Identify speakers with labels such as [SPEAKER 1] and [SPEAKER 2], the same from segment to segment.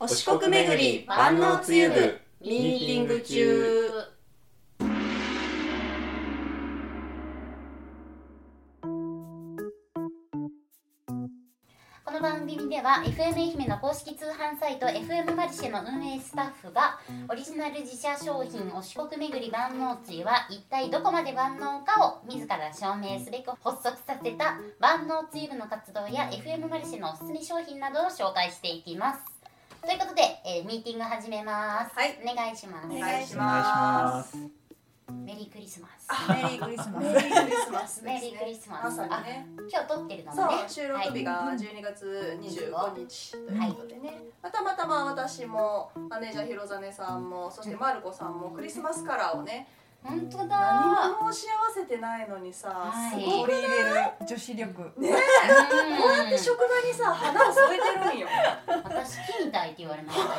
[SPEAKER 1] お四国巡り万能つゆ部ミーティング中
[SPEAKER 2] この番組では FM 愛媛の公式通販サイト FM マルシェの運営スタッフがオリジナル自社商品お四国巡り万能つゆは一体どこまで万能かを自ら証明すべく発足させた万能つゆ部の活動や FM マルシェのおすすめ商品などを紹介していきますということで、えーミーティング始めます、
[SPEAKER 1] はい
[SPEAKER 2] お願いします
[SPEAKER 1] お願いし
[SPEAKER 3] お願いし
[SPEAKER 1] ま
[SPEAKER 3] ますす。
[SPEAKER 2] メリークリスマス
[SPEAKER 1] メリークリスマス。メリークリスマス
[SPEAKER 2] メリークリスマ
[SPEAKER 1] ま
[SPEAKER 2] ス
[SPEAKER 1] さにね。
[SPEAKER 2] 今日撮ってるの
[SPEAKER 1] そ
[SPEAKER 2] もね
[SPEAKER 1] う、収録日が12月25日ということでね。まあたまたま私もマネージャー広実さんも、そしてマルコさんもクリスマスカラーをね、
[SPEAKER 2] 本当
[SPEAKER 1] 何
[SPEAKER 2] だ
[SPEAKER 1] もし合わせてないのにさ、
[SPEAKER 2] は
[SPEAKER 1] す
[SPEAKER 2] い
[SPEAKER 1] ごい
[SPEAKER 4] 取り入れる女子力
[SPEAKER 2] うん
[SPEAKER 1] こうやって職場にさ、花を添えてるんよ。
[SPEAKER 2] 私木みたいって言われましたよ。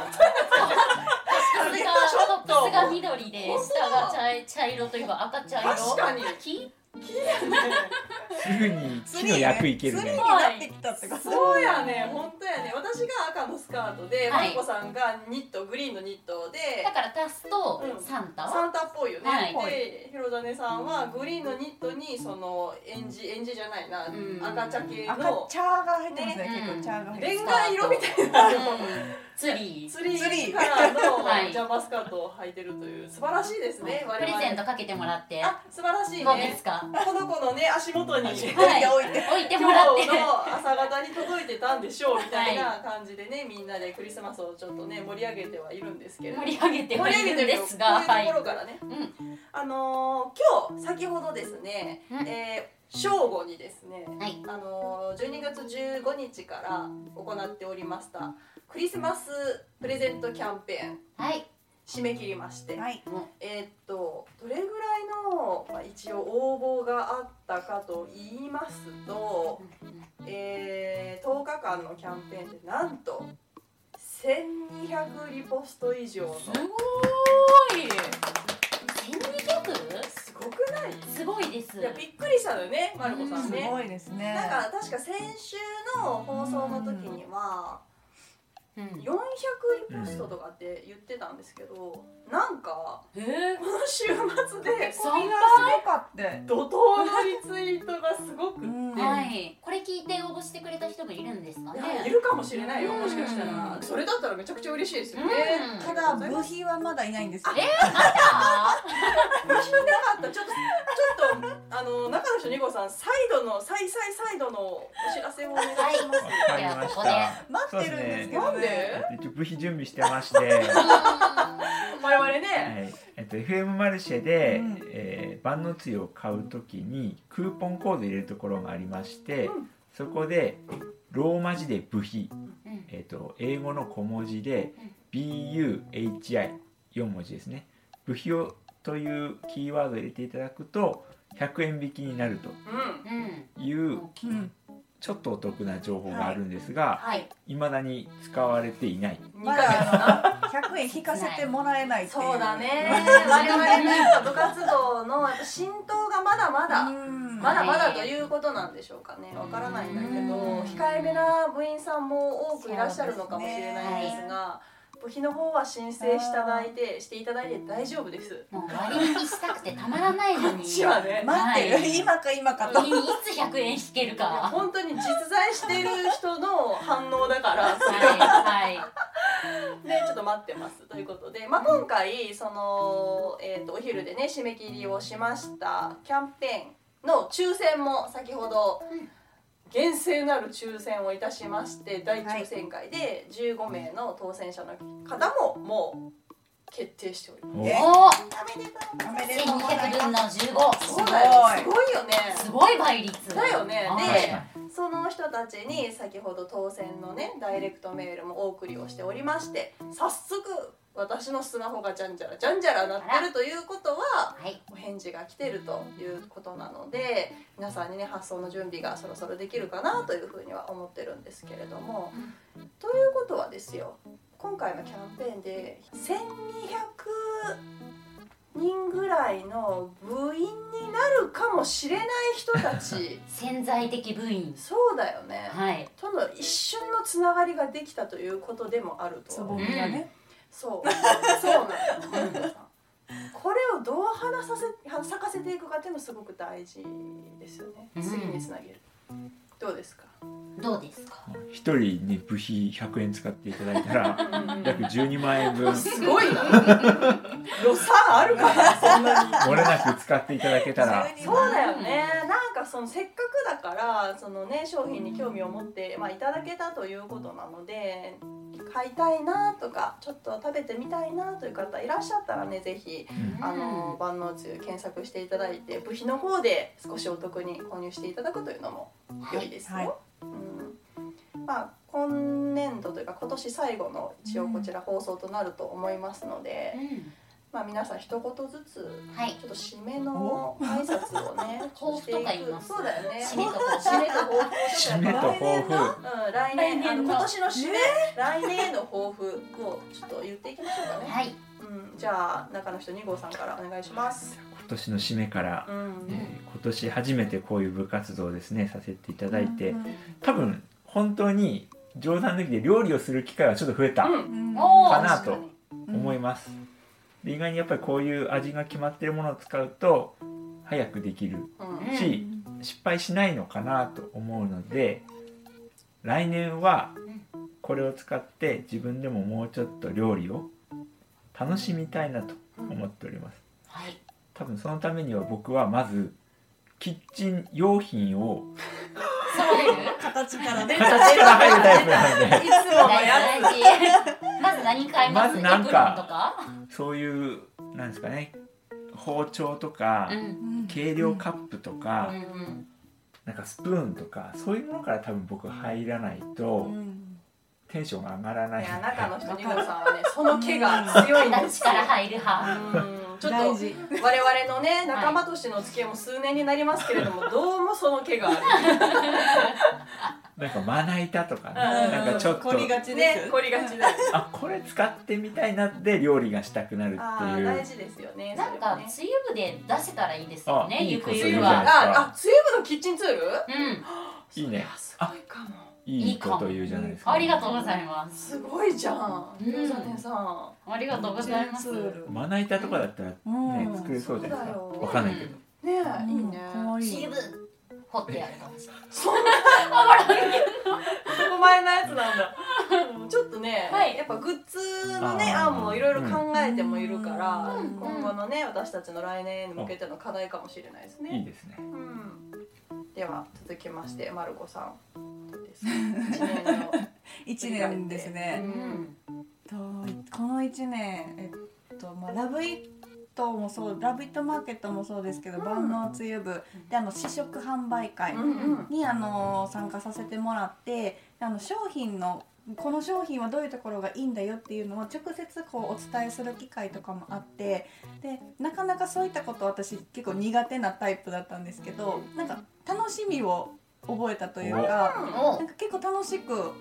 [SPEAKER 1] かにちょっと
[SPEAKER 2] トップスが緑で
[SPEAKER 1] 本当
[SPEAKER 2] 下が茶茶色というか赤茶色。
[SPEAKER 1] 確かに
[SPEAKER 2] 木
[SPEAKER 3] すぐに木の役いける
[SPEAKER 4] 釣り
[SPEAKER 3] ね
[SPEAKER 4] に。なってきたってこと
[SPEAKER 1] そうやね、本当やね。私が赤のスカートで、
[SPEAKER 2] は
[SPEAKER 1] マ
[SPEAKER 2] い
[SPEAKER 1] ルコさんがニット、グリーンのニットで、
[SPEAKER 2] だから足すと
[SPEAKER 1] うん
[SPEAKER 2] サンタ。
[SPEAKER 1] サンタっぽいよね。
[SPEAKER 2] はい
[SPEAKER 1] で、ひろだねさんはグリーンのニットにそのエンジエンジじゃないな、
[SPEAKER 2] うん
[SPEAKER 1] 赤茶系
[SPEAKER 4] 赤
[SPEAKER 1] の
[SPEAKER 4] チャーが入ってますね
[SPEAKER 2] ね
[SPEAKER 4] 結構チャーが入って
[SPEAKER 1] レ
[SPEAKER 4] ま
[SPEAKER 1] ンガ色みたいな
[SPEAKER 2] うんツリー。
[SPEAKER 1] ツリ
[SPEAKER 4] ツリ
[SPEAKER 1] ー
[SPEAKER 4] ー
[SPEAKER 1] カラー
[SPEAKER 2] はい
[SPEAKER 1] のジャンパースカートを履いてるという素晴らしいですね。
[SPEAKER 2] プレゼン
[SPEAKER 1] ト。
[SPEAKER 2] トかけてもらって。
[SPEAKER 1] あ、素晴らしい
[SPEAKER 2] どうで
[SPEAKER 1] ね
[SPEAKER 2] す。か。
[SPEAKER 1] この子のね足元に。
[SPEAKER 4] す
[SPEAKER 2] はい
[SPEAKER 4] 置いて置いて
[SPEAKER 2] 置いて
[SPEAKER 1] 今日
[SPEAKER 2] もらって。
[SPEAKER 1] の朝方に届いてたんでしょうみたいな感じでね、みんなでクリスマスをちょっとね盛り上げてはいるんですけれども
[SPEAKER 2] 盛り上げてはいるんですが、
[SPEAKER 1] こう
[SPEAKER 2] は
[SPEAKER 1] いう
[SPEAKER 2] い
[SPEAKER 1] とこ。ろからね、
[SPEAKER 2] う
[SPEAKER 1] あのー今日先ほどですね、
[SPEAKER 2] うん
[SPEAKER 1] えー正午にですね、
[SPEAKER 2] ん。はい。
[SPEAKER 1] あのー12月15日から行っておりましたクリスマスプレゼントキャンペーン
[SPEAKER 2] はい。
[SPEAKER 1] 締め切りまして、
[SPEAKER 4] はい
[SPEAKER 1] えーっとどれぐらいの、まあ、一応応募があったかと言いますと、えー10日間のキャンペーンでなんと1200リポスト以上の
[SPEAKER 2] すごーい。千二百？
[SPEAKER 1] すごくない
[SPEAKER 2] すごいです。
[SPEAKER 1] いやびっくりしたのよねまるこさん
[SPEAKER 4] す
[SPEAKER 1] ね。
[SPEAKER 4] ごいですね
[SPEAKER 1] なんか確か先週の放送の時には
[SPEAKER 2] うん。
[SPEAKER 1] 400リポストとかって言ってたんですけどなんか
[SPEAKER 2] えー
[SPEAKER 1] この週末で
[SPEAKER 4] それがすごかって
[SPEAKER 1] 怒涛のリツイートがすごく
[SPEAKER 4] うん
[SPEAKER 2] は
[SPEAKER 4] はい
[SPEAKER 2] い、これ聞いて応募してくれた人もいるんですかね。
[SPEAKER 1] いるかもしれないよ
[SPEAKER 2] うん
[SPEAKER 1] もしかしたらそれだったらめちゃくちゃ嬉しいですよね
[SPEAKER 2] うん
[SPEAKER 4] ただ部品はまだいないんですよ
[SPEAKER 2] あ
[SPEAKER 1] 無事なかったちょっとちょっとあの中の人二号さん再度の再再再度のお知らせをお願いします
[SPEAKER 3] わかりま
[SPEAKER 2] こ
[SPEAKER 3] し
[SPEAKER 2] こで
[SPEAKER 3] た。
[SPEAKER 4] 待ってるんですけ
[SPEAKER 1] な
[SPEAKER 4] ど
[SPEAKER 1] ん
[SPEAKER 4] ね
[SPEAKER 1] で
[SPEAKER 3] えっと部費準備してまして、は
[SPEAKER 1] 我々ね
[SPEAKER 3] い、えっと FM マルシェで、
[SPEAKER 4] うん
[SPEAKER 3] えー万能つゆを買うときにクーポンコード入れるところがありまして、
[SPEAKER 1] うん
[SPEAKER 3] そこでローマ字で部費、
[SPEAKER 2] うんうん
[SPEAKER 3] えっと英語の小文字で
[SPEAKER 2] うん
[SPEAKER 3] B U H I 四文字ですね。部費をというキーワードを入れていただくと100円引きになると
[SPEAKER 1] う
[SPEAKER 2] う
[SPEAKER 1] ん
[SPEAKER 2] ん、
[SPEAKER 3] いう
[SPEAKER 2] 大き
[SPEAKER 4] う
[SPEAKER 2] い
[SPEAKER 4] ん
[SPEAKER 3] ちょっとお得な情報があるんですが、
[SPEAKER 2] はい、
[SPEAKER 3] いまだに使われていない
[SPEAKER 1] 二
[SPEAKER 4] ま
[SPEAKER 1] 回目
[SPEAKER 4] だあの100円引かせてもらえないっていう
[SPEAKER 1] そうだ ね我々のやっぱ部活動のやっぱ浸透がまだまだ、
[SPEAKER 4] うん
[SPEAKER 1] まだまだということなんでしょうかねわからないんだけど
[SPEAKER 2] うん
[SPEAKER 1] 控えめな部員さんも多くいらっしゃるのかもしれないですが部費の方は申請していただいてしていただいて大丈夫です
[SPEAKER 2] もう割引したくてたまらないのに。
[SPEAKER 1] 私はね
[SPEAKER 4] 待って
[SPEAKER 2] は
[SPEAKER 4] る
[SPEAKER 2] い
[SPEAKER 4] 今か今か
[SPEAKER 2] い
[SPEAKER 4] と
[SPEAKER 2] つ100円引けるか。は
[SPEAKER 1] 本当に実在している人の反応だから
[SPEAKER 2] い、はい、
[SPEAKER 1] でちょっと待ってますということで、まあ、今回その、えー、とお昼でね締め切りをしましたキャンペーンの抽選も先ほど
[SPEAKER 2] うん
[SPEAKER 1] 厳正なる抽選をいたしまして大抽選会で15名の当選者の方ももう決定しております。
[SPEAKER 3] お
[SPEAKER 4] え
[SPEAKER 2] おお、
[SPEAKER 4] おめでとうございます
[SPEAKER 2] 1200分の15。
[SPEAKER 1] そうだよねすごいよね
[SPEAKER 2] すごい倍率。
[SPEAKER 1] だよね
[SPEAKER 2] はい
[SPEAKER 1] でその人たちに先ほど当選のねダイレクトメールもお送りをしておりまして早速私のスマホがじゃんじゃらじゃんじゃらなってるということは
[SPEAKER 2] はい、
[SPEAKER 1] お返事が来てるということなので皆さんにね発送の準備がそろそろできるかなというふうには思ってるんですけれどもということはですよ今回のキャンペーンで1200人ぐらいの部員になるかもしれない人たち
[SPEAKER 2] 潜在的部員
[SPEAKER 1] そうだよね
[SPEAKER 2] はい
[SPEAKER 1] との一瞬のつながりができたということでもあると
[SPEAKER 4] つぼみがね、
[SPEAKER 1] そうそうなんだこれをどう花させ花咲かせていくかっていうのすごく大事ですよね
[SPEAKER 2] うん
[SPEAKER 1] 次につなげる、どうですか
[SPEAKER 2] どうですか
[SPEAKER 3] 一人に部費100円使っていただい たら約12万円分
[SPEAKER 1] すごいな予算あるかなそんなに
[SPEAKER 3] 漏れなく使っていただけた ら
[SPEAKER 4] 急に
[SPEAKER 1] そうだよねなんかそのせっかくだからそのね商品に興味を持って、まあ、いただけたということなので買いたいなとかちょっと食べてみたいなという方いらっしゃったらねぜひ
[SPEAKER 3] うん
[SPEAKER 1] あの
[SPEAKER 2] うん
[SPEAKER 1] 万能つゆ検索していただいて部費の方で少しお得に購入していただくというのも良いですよ。
[SPEAKER 4] はいは
[SPEAKER 1] うんまあ、今年度というか今年最後の一応こちら放送となると思いますので、
[SPEAKER 2] う
[SPEAKER 1] まあ、皆さん一言ずつ
[SPEAKER 2] んはい
[SPEAKER 1] ちょっと締めの挨拶をね
[SPEAKER 2] 抱負とか言います
[SPEAKER 1] そうだよね
[SPEAKER 2] 締めと抱負
[SPEAKER 1] 締めと抱負
[SPEAKER 3] 締めと抱負
[SPEAKER 1] うん来
[SPEAKER 2] 来
[SPEAKER 1] 年
[SPEAKER 2] 年の
[SPEAKER 1] あの今年の締め、来年への抱負をちょっと言っていきましょうかね、
[SPEAKER 2] はい
[SPEAKER 1] うん、じゃあ中の人2号さんからお願いします
[SPEAKER 3] 今年の締めから、
[SPEAKER 1] う
[SPEAKER 3] えー
[SPEAKER 1] ん
[SPEAKER 3] 今年初めてこういう部活動をですねさせていただいて、
[SPEAKER 4] うん
[SPEAKER 3] 多分本当に冗談抜きで料理をする機会はちょっと増えた、
[SPEAKER 1] うん
[SPEAKER 2] おー
[SPEAKER 3] かなと
[SPEAKER 4] うん
[SPEAKER 3] 思います、で意外にやっぱりこういう味が決まってるものを使うと早くできる
[SPEAKER 1] うん
[SPEAKER 3] し、失敗しないのかなと思うので来年はこれを使って自分でももうちょっと料理を楽しみたいなと思っております
[SPEAKER 2] はい
[SPEAKER 3] 多分そのためには僕はまずキッチン用品を
[SPEAKER 2] 揃える
[SPEAKER 4] 形からね
[SPEAKER 3] 形から入るタイプなので
[SPEAKER 1] いつものや
[SPEAKER 2] 大事大事まず何買います
[SPEAKER 3] まずなんか
[SPEAKER 2] エ
[SPEAKER 3] そういうなんですかね包丁とか
[SPEAKER 2] プロンとか
[SPEAKER 4] うん
[SPEAKER 3] 計量カップとか
[SPEAKER 2] うんうんうん
[SPEAKER 3] なんかスプーンとかそういうものから多分僕入らないうと
[SPEAKER 4] ん
[SPEAKER 3] テンションが上がら
[SPEAKER 1] つ
[SPEAKER 3] ないい
[SPEAKER 1] や中の人2号さんはねその気が強いんで
[SPEAKER 2] 形
[SPEAKER 1] すよ
[SPEAKER 2] から入る派
[SPEAKER 1] うんちょっ
[SPEAKER 4] 大
[SPEAKER 1] と
[SPEAKER 4] 事
[SPEAKER 1] 我々のね仲間としての付き合いも数年になりますけれども、どうもその気がある
[SPEAKER 3] なんかまな板とかね
[SPEAKER 1] うん
[SPEAKER 3] なんかちょっと
[SPEAKER 4] 凝りがちですよ
[SPEAKER 1] ね凝りがちだよね
[SPEAKER 3] あこれ使ってみたいなって料理がしたくなるって
[SPEAKER 1] ああ
[SPEAKER 3] い
[SPEAKER 1] 大
[SPEAKER 3] う
[SPEAKER 1] 事ですよね
[SPEAKER 2] なんか
[SPEAKER 1] それも
[SPEAKER 2] 梅
[SPEAKER 1] ね
[SPEAKER 2] 雨部で出せたらいいですよ
[SPEAKER 3] あ
[SPEAKER 2] ね
[SPEAKER 3] いい
[SPEAKER 2] ゆく
[SPEAKER 3] そう
[SPEAKER 2] ゆ
[SPEAKER 3] いう
[SPEAKER 2] く
[SPEAKER 3] こと
[SPEAKER 2] は
[SPEAKER 1] ああ水泳部のキッチンツール
[SPEAKER 2] うん
[SPEAKER 3] いいね
[SPEAKER 1] そりゃすごいかも
[SPEAKER 3] いいこと言うじゃないですか
[SPEAKER 2] ありがとうございます
[SPEAKER 1] すごいじゃん
[SPEAKER 2] うん
[SPEAKER 1] ヨザネさん
[SPEAKER 2] ありがとうございます
[SPEAKER 4] ツール
[SPEAKER 3] まな板とかだったらね
[SPEAKER 4] うん
[SPEAKER 3] 作れそうじゃないですか
[SPEAKER 1] そうだよ
[SPEAKER 3] わかんないけど
[SPEAKER 1] ね
[SPEAKER 4] うん
[SPEAKER 1] えいいね
[SPEAKER 4] かわいい
[SPEAKER 2] シルブ掘ってやるかもしれない
[SPEAKER 1] そんな男前なやつなんだ ちょっとね、
[SPEAKER 2] はい
[SPEAKER 1] やっぱグッズのね
[SPEAKER 3] あー
[SPEAKER 1] 案もいろいろ考えてもいるから、
[SPEAKER 2] うん
[SPEAKER 1] 今後のね私たちの来年に向けての課題かもしれないですね
[SPEAKER 3] いいですね
[SPEAKER 1] うん、では続きましてマルコさんどう ですか一年の
[SPEAKER 4] 一年ですね、
[SPEAKER 2] うん
[SPEAKER 4] とこの1年、えっとまあ、ラブイットもそうラブイットマーケットもそうですけど、
[SPEAKER 1] うん
[SPEAKER 4] 万能つゆ部であの試食販売会
[SPEAKER 1] うんうん
[SPEAKER 4] に、あの参加させてもらってあの商品のこの商品はどういうところがいいんだよっていうのを直接こうお伝えする機会とかもあってでなかなかそういったこと私結構苦手なタイプだったんですけどなんか楽しみを覚えたというか。
[SPEAKER 2] お
[SPEAKER 4] なんか結構楽しく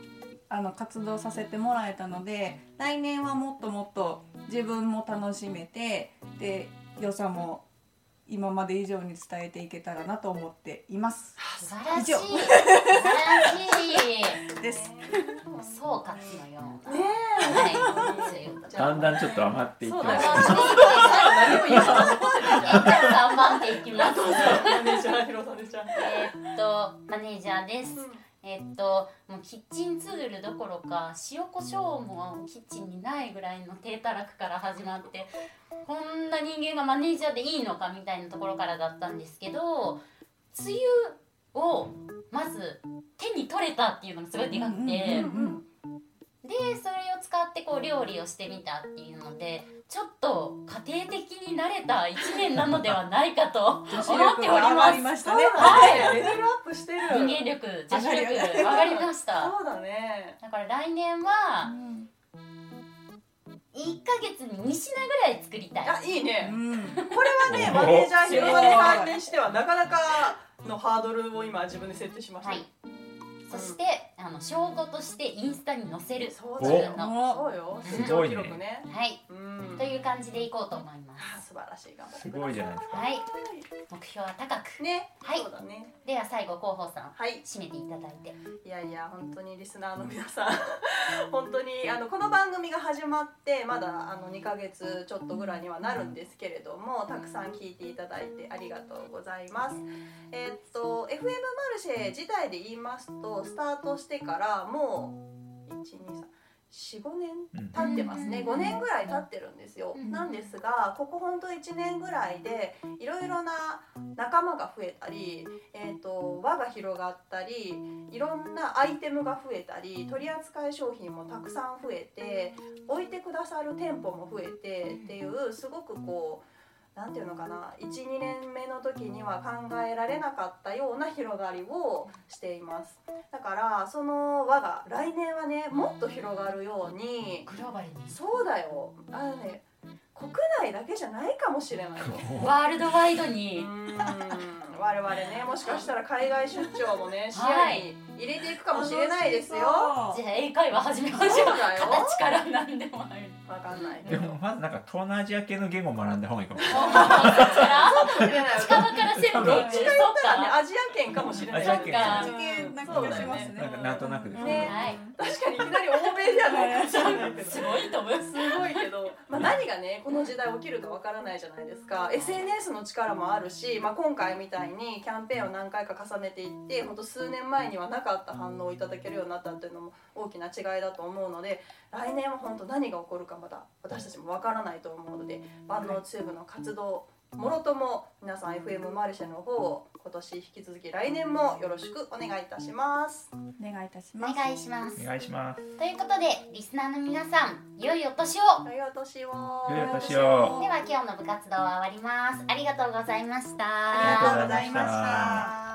[SPEAKER 4] あの活動させてもらえたので来年はもっともっと自分も楽しめてで良さも今まで以上に伝えていけたらなと思っています。
[SPEAKER 2] 素晴らしい
[SPEAKER 4] 以上
[SPEAKER 2] 素晴らし
[SPEAKER 4] です。
[SPEAKER 2] い総括のような
[SPEAKER 1] ね
[SPEAKER 2] はい梅雨
[SPEAKER 1] じゃあ
[SPEAKER 3] だんだんちょっと余っていって
[SPEAKER 1] そう
[SPEAKER 3] ま
[SPEAKER 1] だよ
[SPEAKER 3] す
[SPEAKER 1] ね何も言わなかった
[SPEAKER 2] えじゃあ三番手いきます
[SPEAKER 1] マネージャーヒロさんでじゃん
[SPEAKER 2] えーっとマネージャーですえっと、もうキッチンツールどころか塩コショウもキッチンにないぐらいの低たらくから始まってこんな人間がマネージャーでいいのかみたいなところからだったんですけど梅雨をまず手に取れたっていうのがすごいでかくて、
[SPEAKER 4] うんうん
[SPEAKER 2] でそれを使ってこう料理をしてみたっていうのでちょっと家庭的になれた1年なのではないかと思
[SPEAKER 4] 女
[SPEAKER 2] ってお
[SPEAKER 4] 子
[SPEAKER 2] り
[SPEAKER 4] 力が上がり
[SPEAKER 2] ま。
[SPEAKER 4] ますしたね。
[SPEAKER 1] はいレベルアップしてる
[SPEAKER 2] 人間力女子力
[SPEAKER 4] 上が
[SPEAKER 2] 上がりました。
[SPEAKER 1] そうだね
[SPEAKER 2] だから来年は
[SPEAKER 4] うん
[SPEAKER 2] 1ヶ月に2品ぐらい作りたい
[SPEAKER 1] あいいねこれはね
[SPEAKER 3] お
[SPEAKER 1] マネージャーヒロさんにしてはなかなかのハードルを今自分で設定しました
[SPEAKER 2] はいそしてあの証拠としてインスタに載せる
[SPEAKER 1] そう
[SPEAKER 3] だ
[SPEAKER 2] 自
[SPEAKER 3] よ
[SPEAKER 2] 分の
[SPEAKER 4] お
[SPEAKER 1] そうよ
[SPEAKER 2] す
[SPEAKER 1] ご
[SPEAKER 3] ご
[SPEAKER 1] い
[SPEAKER 3] い
[SPEAKER 1] 記
[SPEAKER 3] ね
[SPEAKER 1] 録ね
[SPEAKER 2] はい
[SPEAKER 1] うん
[SPEAKER 2] という感じでいこうと思いま
[SPEAKER 1] あ
[SPEAKER 2] す
[SPEAKER 1] 素晴らしい頑張って
[SPEAKER 3] すごいじゃないですか
[SPEAKER 2] はい目標は高く
[SPEAKER 1] ね、
[SPEAKER 2] はい
[SPEAKER 1] そうだね
[SPEAKER 2] では最後広報さん
[SPEAKER 1] はい
[SPEAKER 2] 締めていただいて
[SPEAKER 1] いやいや本当にリスナーの皆さん本当にあのこの番組が始まってまだあの2ヶ月ちょっとぐらいにはなるんですけれどもたくさん聞いていただいてありがとうございます。えーっと FM マルシェ自体で言いますとスタートしてからもう12345年経ってますね
[SPEAKER 2] うん
[SPEAKER 1] 5年ぐらい経ってるんですよ
[SPEAKER 2] うん
[SPEAKER 1] なんですがここほんと1年ぐらいでいろいろな仲間が増えたり、えー、と輪が広がったりいろんなアイテムが増えたり取り扱い商品もたくさん増えて置いてくださる店舗も増えてっていうすごくこうなんていうのかな12年目の時には考えられなかったような広がりをしていますだからその輪が来年はねもっと広がるように
[SPEAKER 2] グローバルに
[SPEAKER 1] そうだよあのね国内だけじゃないかもしれないよ。
[SPEAKER 2] ワールドワイド
[SPEAKER 1] う
[SPEAKER 2] に
[SPEAKER 1] ー ん我々ねもしかしたら海外出張もね視野に入れていくかもしれないですよ。わ
[SPEAKER 4] 楽
[SPEAKER 2] じ
[SPEAKER 4] しそう
[SPEAKER 2] ゃあ英会話始めましょう
[SPEAKER 1] そうだよ
[SPEAKER 2] 形から何でもある
[SPEAKER 1] かんないけ
[SPEAKER 3] で
[SPEAKER 1] ど。
[SPEAKER 3] もまずなんか東南アジア系の言語を学んだ方がいいかもしれない
[SPEAKER 1] かもしれないよ
[SPEAKER 2] 近場から線路
[SPEAKER 1] どっちか言ったらねアジア圏かもしれない。
[SPEAKER 3] アジア圏
[SPEAKER 2] か
[SPEAKER 4] アジア系な気
[SPEAKER 1] そう
[SPEAKER 4] が
[SPEAKER 1] だ
[SPEAKER 4] し
[SPEAKER 1] よ
[SPEAKER 4] ますね
[SPEAKER 1] ね。
[SPEAKER 3] なんかなんとなくです
[SPEAKER 1] ね
[SPEAKER 2] はい
[SPEAKER 1] 確かにいきなり欧米ではないかもしれないけど。
[SPEAKER 2] すごいと思います
[SPEAKER 1] すごいけど、 まあ、何がねこの時代起きるかわからないじゃないですか SNS の力もあるし、まあ、今回みたいにキャンペーンを何回か重ねていってほんと数年前にはなかった反応をいただけるようになったっていうのも大きな違いだと思うので来年は本当何が起こるかまだ私たちもわからないと思うので万能チューブの活動もろとも皆さん FM マルシェの方を今年引き続き来年もよろしくお願いいたします。
[SPEAKER 4] お願いいたし
[SPEAKER 2] お
[SPEAKER 4] ます
[SPEAKER 2] 願いします
[SPEAKER 3] お願いします
[SPEAKER 2] ということでリスナーの皆さん良いお年を
[SPEAKER 1] 良いお年を。
[SPEAKER 3] 良いお年を
[SPEAKER 2] では今日の部活動は終わりますありがとうございました
[SPEAKER 3] ありがとう
[SPEAKER 1] ありがと
[SPEAKER 3] ございました
[SPEAKER 1] うございました